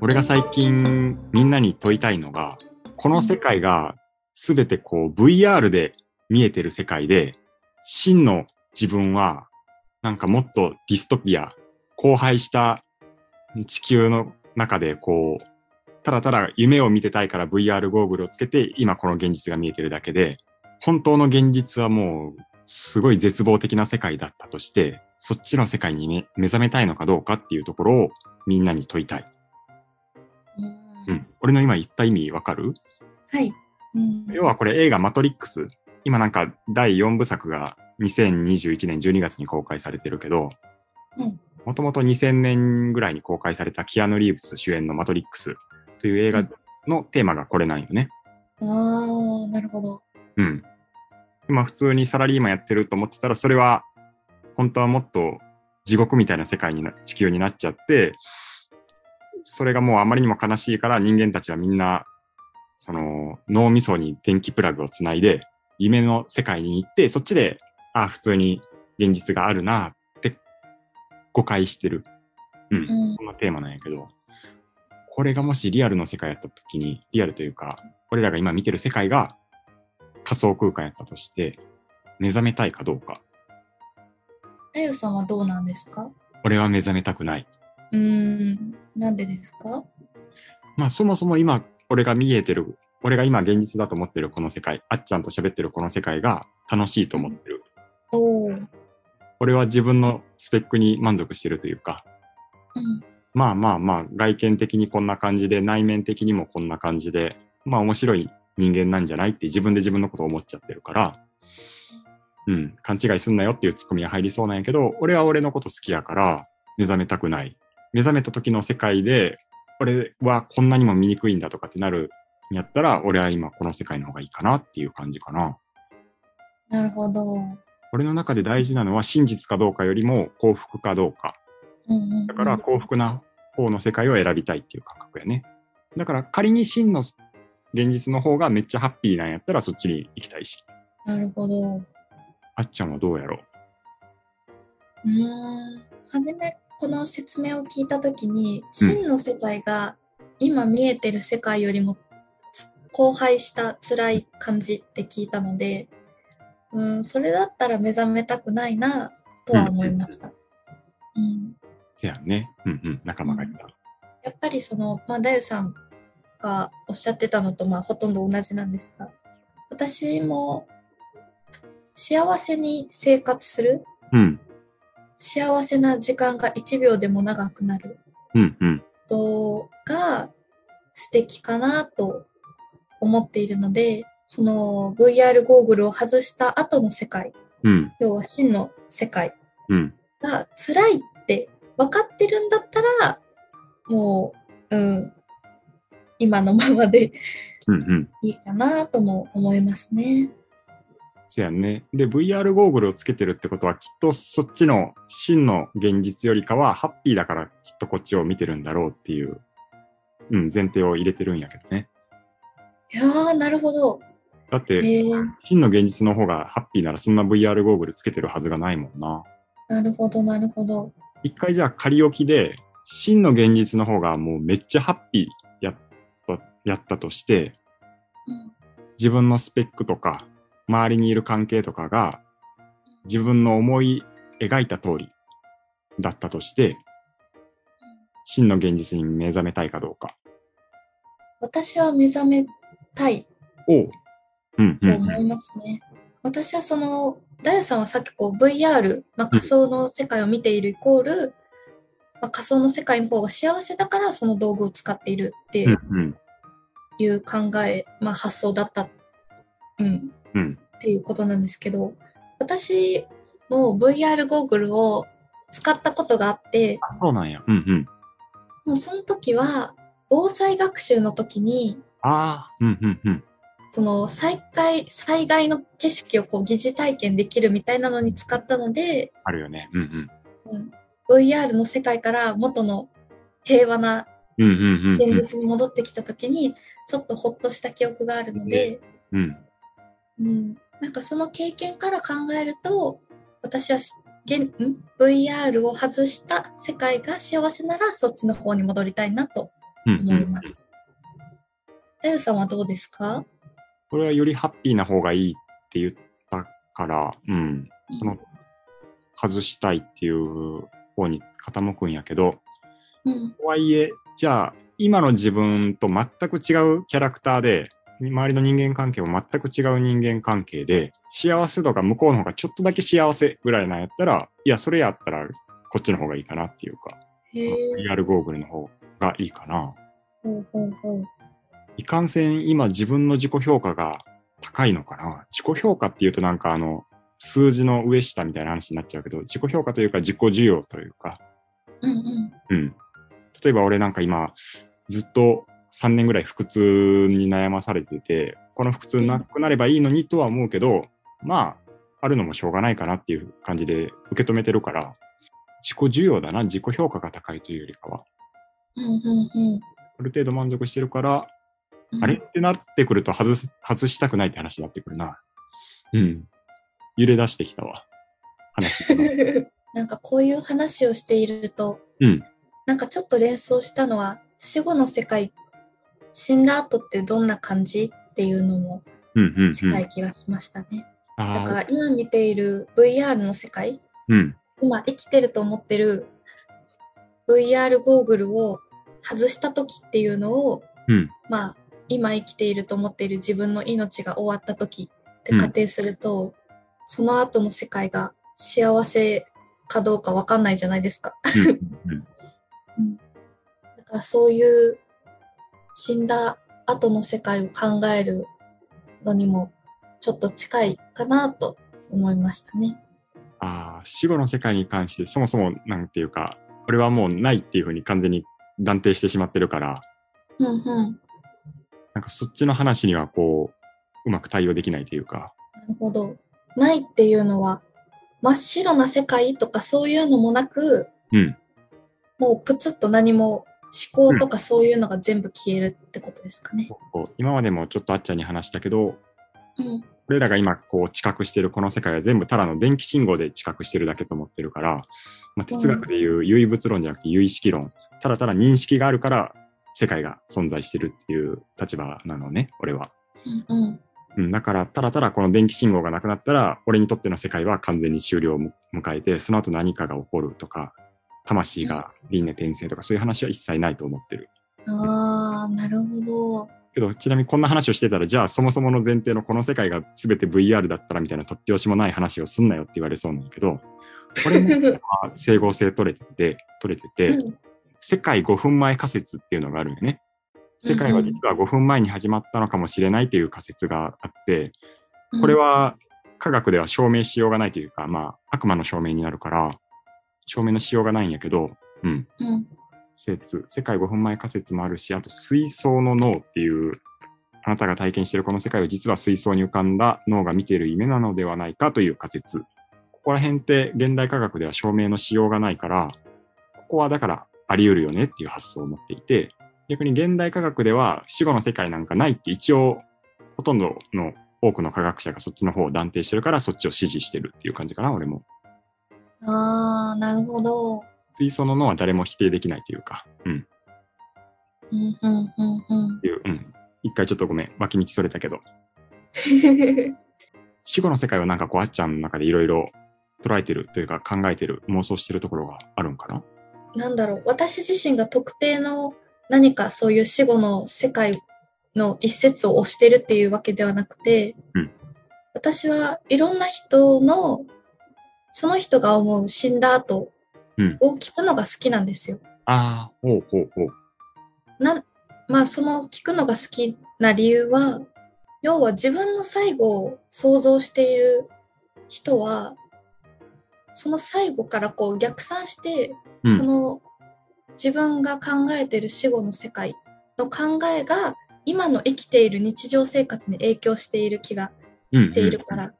俺が最近みんなに問いたいのが、この世界が全てこう VR で見えてる世界で、真の自分はなんかもっとディストピア、荒廃した地球の中でこう、ただただ夢を見てたいから VR ゴーグルをつけて今この現実が見えてるだけで、本当の現実はもうすごい絶望的な世界だったとして、そっちの世界に、ね、目覚めたいのかどうかっていうところをみんなに問いたい。うんうん。俺の今言った意味わかるはい。うん要はこれ映画マトリックス。今なんか第4部作が2021年12月に公開されてるけどうん、もともと2000年ぐらいに公開されたキアヌ・リーブス主演のマトリックスという映画のテーマがこれなんよね。ああ、なるほど。うん。今普通にサラリーマンやってると思ってたら、それは本当はもっと地獄みたいな世界にな、地球になっちゃって、それがもうあまりにも悲しいから人間たちはみんな、その脳みそに電気プラグをつないで、夢の世界に行って、そっちで、ああ、普通に現実があるなって誤解してる。うんうんこんなテーマなんやけど、これがもしリアルの世界やった時に、リアルというか、俺らが今見てる世界が仮想空間やったとして、目覚めたいかどうか。太陽さんはどうなんですか俺は目覚めたくない。うーん。なんでですかまあそもそも今、俺が見えてる、俺が今現実だと思ってるこの世界、あっちゃんと喋ってるこの世界が楽しいと思ってる。おお。うん。俺は自分のスペックに満足してるというか、まあまあまあ、外見的にこんな感じで、内面的にもこんな感じで、まあ面白い人間なんじゃないって自分で自分のことを思っちゃってるから、うん、勘違いすんなよっていうツッコミが入りそうなんやけど、俺は俺のこと好きやから、目覚めたくない。目覚めた時の世界で、俺はこんなにも醜いんだとかってなるんやったら、俺は今この世界の方がいいかなっていう感じかな。なるほど。うん俺の中で大事なのは真実かどうかよりも幸福かどうか。うんうん。だから幸福な方の世界を選びたいっていう感覚やね。だから仮に真の現実の方がめっちゃハッピーなんやったらそっちに行きたいし。なるほど。うあっちゃんはどうやろーん。はじめ、この説明を聞いたときに、真の世界が今見えてる世界よりもつ荒廃した辛い感じって聞いたので、うん、それだったら目覚めたくないなとは思いました。うん。うせやんね。うんうん。仲間がいた。やっぱりその、まあ、ダユさんがおっしゃってたのと、まあ、ほとんど同じなんですが、私も幸せに生活する、うん。幸せな時間が1秒でも長くなるうんうん。ことが素敵かなと思っているので、その VR ゴーグルを外した後の世界、うん要は真の世界うん。が辛いって分かってるんだったら、もう、うん、今のままで うんうん。いいかなとも思いますね。せやんね。で、VR ゴーグルをつけてるってことはきっとそっちの真の現実よりかはハッピーだからきっとこっちを見てるんだろうっていう、うん、前提を入れてるんやけどね。いやー、なるほど。だって、へー真の現実の方がハッピーならそんな VR ゴーグルつけてるはずがないもんな。なるほど、なるほど。一回じゃあ仮置きで、真の現実の方がもうめっちゃハッピーやった、やったとして、うん自分のスペックとか、周りにいる関係とかが、自分の思い描いた通りだったとして、真の現実に目覚めたいかどうか。私は目覚めたいを、うん、うん、と思いますね。私はその、ダイさんはさっきこう VR、まあ、仮想の世界を見ているイコール、まあ、仮想の世界の方が幸せだからその道具を使っているってうん、うん、いう考え、まあ、発想だった、うん、うん、っていうことなんですけど私も VR ゴーグルを使ったことがあってあそうなんや。うん、うん。もうその時は防災学習の時にああ、うん、うん、うん。その災害災害の景色をこう疑似体験できるみたいなのに使ったので、あるよね。うん、うん。うん、VR の世界から元の平和なうんうんうん現実に戻ってきた時にちょっとほっとした記憶があるので、うん。うん。うん、なんかその経験から考えると私はし現ん VR を外した世界が幸せならそっちの方に戻りたいなとうんう思いんま。す。あゆさんはどうですかこれはよりハッピーな方がいいって言ったから、うん。その、外したいっていう方に傾くんやけど、うん。とはいえ、じゃあ、今の自分と全く違うキャラクターで、周りの人間関係も全く違う人間関係で、幸せ度が向こうの方がちょっとだけ幸せぐらいなんやったら、いや、それやったら、こっちの方がいいかなっていうか、へえ。リアルゴーグルの方がいいかな。ほうほうほう。いかんせん今自分の自己評価が高いのかな自己評価っていうとなんかあの、数字の上下みたいな話になっちゃうけど、自己評価というか自己需要というか、うんうん。うん。例えば俺なんか今、ずっと3年ぐらい腹痛に悩まされてて、この腹痛なくなればいいのにとは思うけど、まあ、あるのもしょうがないかなっていう感じで受け止めてるから、自己需要だな、自己評価が高いというよりかは、うんうんうん。ある程度満足してるから、うんあれってなってくると外す、外したくないって話になってくるな。うん。揺れ出してきたわ。話。 なんかこういう話をしていると、うん。なんかちょっと連想したのは、死後の世界、死んだ後ってどんな感じっていうのもうんうん、うん。近い気がしましたね。だかああ、ら今見ている VR の世界、うん。今生きてると思ってる VR ゴーグルを外した時っていうのを、うんまあ今生きていると思っている自分の命が終わった時って仮定すると、その後の世界が幸せかどうかわかんないじゃないですか。うんうん。だからそういう死んだ後の世界を考えるのにもちょっと近いかなと思いましたね。ああ、死後の世界に関して、そもそも、なんていうか、これはもうないっていうふうに完全に断定してしまってるから、うんうん。なんかそっちの話にはこう、うまく対応できないというか、なるほど。ないっていうのは、真っ白な世界とかそういうのもなく、うん。もうプツッと何も思考とかそういうのが全部消えるってことですかね。こう今までもちょっとあっちゃんに話したけど、うん。俺らが今こう知覚してるこの世界は全部ただの電気信号で知覚してるだけと思ってるから、まあ、哲学でいう唯物論じゃなくて唯意識論、ただただ認識があるから世界が存在してるっていう立場なのね、俺は。うんうん。うん、だから、ただただこの電気信号がなくなったら、俺にとっての世界は完全に終了をむ迎えて、その後何かが起こるとか、魂が輪廻転生とかそういう話は一切ないと思ってる。あー、なるほど。けど、ちなみにこんな話をしてたら、じゃあそもそもの前提のこの世界が全て VR だったらみたいな突拍子もない話をすんなよって言われそうなんだけど、これもまあ整合性取れてて、取れてて、うん世界5分前仮説っていうのがあるよね。世界は実は5分前に始まったのかもしれないという仮説があって、これ、は科学では証明しようがないというか、まあ、悪魔の証明になるから、証明のしようがないんやけど、うん、うん説、世界5分前仮説もあるし、あと水槽の脳っていう、あなたが体験しているこの世界を実は水槽に浮かんだ脳が見ている夢なのではないかという仮説。ここら辺って現代科学では証明のしようがないから、ここはだからあり得るよねっていう発想を持っていて、逆に現代科学では死後の世界なんかないって一応ほとんどの多くの科学者がそっちの方を断定してるからそっちを支持してるっていう感じかな、俺も。うんあー、なるほど。水槽の脳は誰も否定できないというか、うん。うんうんうんうん っ。ていう、うん。一回ちょっとごめん、脇道それたけど。死後の世界はなんかこう、あっちゃんの中でいろいろ捉えてるというか考えてる、妄想してるところがあるんかななんだろう、私自身が特定の何かそういう死後の世界の一節を推してるっていうわけではなくて、うん私はいろんな人の、その人が思う死んだ後うんを聞くのが好きなんですよ。ああ、ほうほうほう。なまあその聞くのが好きな理由は、要は自分の最後を想像している人は、その最後からこう逆算してうんその自分が考えてる死後の世界の考えが今の生きている日常生活に影響している気がしているかうんうんら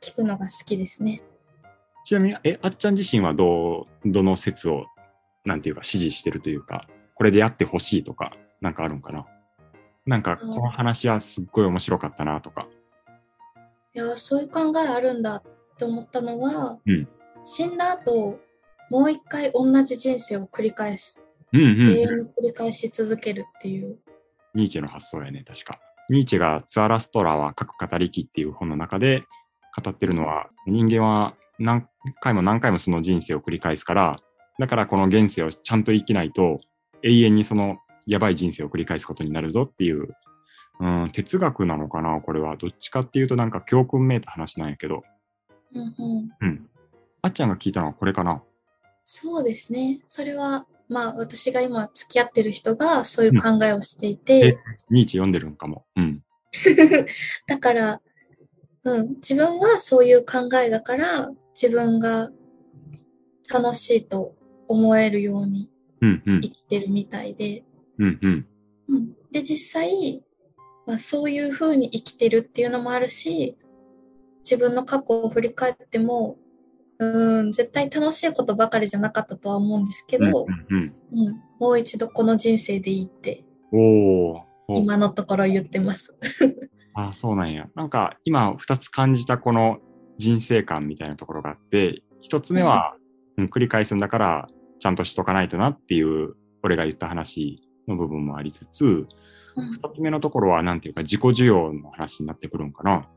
聞くのが好きですね。ちなみに、え、あっちゃん自身はどう、どの説を、なんていうか、支持してるというか、これでやってほしいとか、なんかあるんかななんか、この話はすっごい面白かったなとか。いやーそういう考えあるんだって思ったのは、うん死んだ後もう一回同じ人生を繰り返すうんう永ん。遠に繰り返し続けるっていう。ニーチェの発想やね、確か。ニーチェがツアラストラは各語りきっていう本の中で語ってるのは、人間は何回も何回もその人生を繰り返すから、だからこの現世をちゃんと生きないと、永遠にそのやばい人生を繰り返すことになるぞっていう、うん、哲学なのかな、これは。どっちかっていうとなんか教訓めいた話なんやけど。うんうん、うん。あっちゃんが聞いたのはこれかな。そうですね。それは、まあ私が今付き合ってる人がそういう考えをしていて、ニーチェ読んでるんかも。うん。だから、うん、自分はそういう考えだから、自分が楽しいと思えるようにうんうん生。きてるみたいで、うんうん。うん、で実際、まあ、そういう風に生きてるっていうのもあるし自分の過去を振り返ってもうーん絶対楽しいことばかりじゃなかったとは思うんですけど、うんうんうんもう一度この人生でいいってうん。おー。お今のところ言ってます。ああ、そうなんや。なんか今二つ感じたこの人生観みたいなところがあって、一つ目は、うん、繰り返すんだからちゃんとしとかないとなっていう、俺が言った話の部分もありつつ、うん二つ目のところはなんていうか自己需要の話になってくるんかな。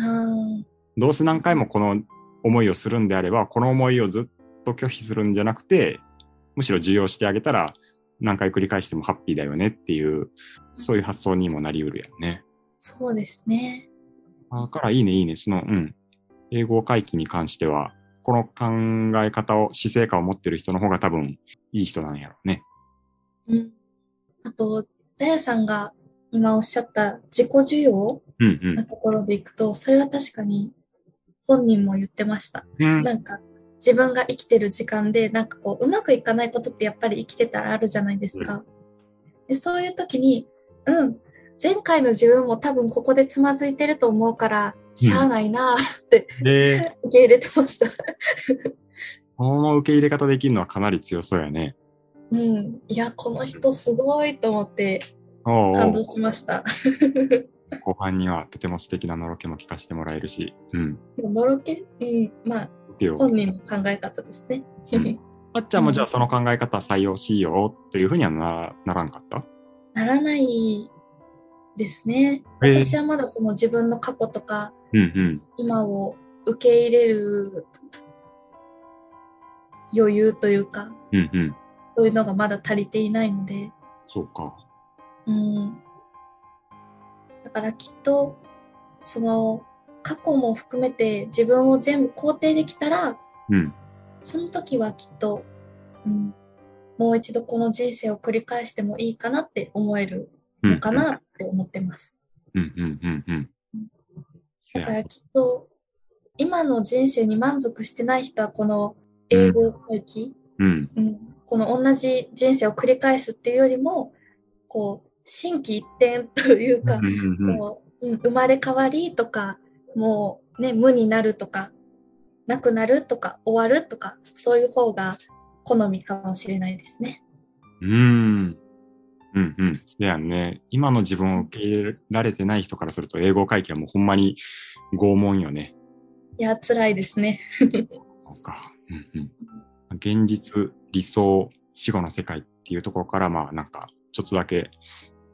あどうせ何回もこの思いをするんであれば、この思いをずっと拒否するんじゃなくて、むしろ受容してあげたら何回繰り返してもハッピーだよねっていう、そういう発想にもなりうるやんね。ーそうですね。あからいいね、いいね。その、うん。英語回帰に関しては、この考え方を、姿勢感を持ってる人の方が多分いい人なんやろうね。うん、あとダヤさんが今おっしゃった自己需要うんなところでいくとそれは確かに本人も言ってました。うん。なんか自分が生きてる時間でなんかこううまくいかないことってやっぱり生きてたらあるじゃないですか。でそういう時にうん前回の自分も多分ここでつまずいてると思うからしゃあないな あ、で、受け入れてました。この受け入れ方できるのはかなり強そうやね。うん、いやこの人すごいと思っておう感お動うしました。後半にはとても素敵なのろけも聞かせてもらえるし、うん。のろけうんまあ見てよ本人の考え方ですね。うんあっちゃんもうんじゃあその考え方採用しようというふうにはなならんかった ならないですね。えー私はまだその自分の過去とかうんうん。今を受け入れる余裕というか、うんうん。そういうのがまだ足りていないので、そうか。うん。だからきっと、その、過去も含めて自分を全部肯定できたら、うん。その時はきっと、うん、もう一度この人生を繰り返してもいいかなって思えるうん。のかなって思ってます。うんうんうんうん。せだやからきっと、今の人生に満足してない人は、この英語回帰、うん。うん、この同じ人生を繰り返すっていうよりも、こう、心機一転というかうん、うんうんこう、うん、生まれ変わりとか、もうね、無になるとか、なくなるとか、終わるとか、そういう方が好みかもしれないですね。うーん。うんうん。だよね。今の自分を受け入れられてない人からすると、英語会議はもうほんまに拷問よね。いや、辛いですね。そうか。うんうん。現実、理想、死後の世界っていうところから、まあなんか、ちょっとだけ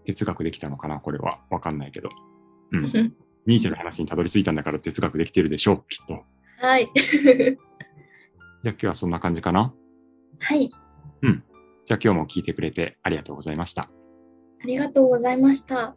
哲学できたのかな、これは。わかんないけど。うん。ニーチェの話にたどり着いたんだから哲学できてるでしょう、きっと。 はい。じゃあ今日はそんな感じかな。はい。じゃあ今日も聞いてくれてありがとうございました。ありがとうございました。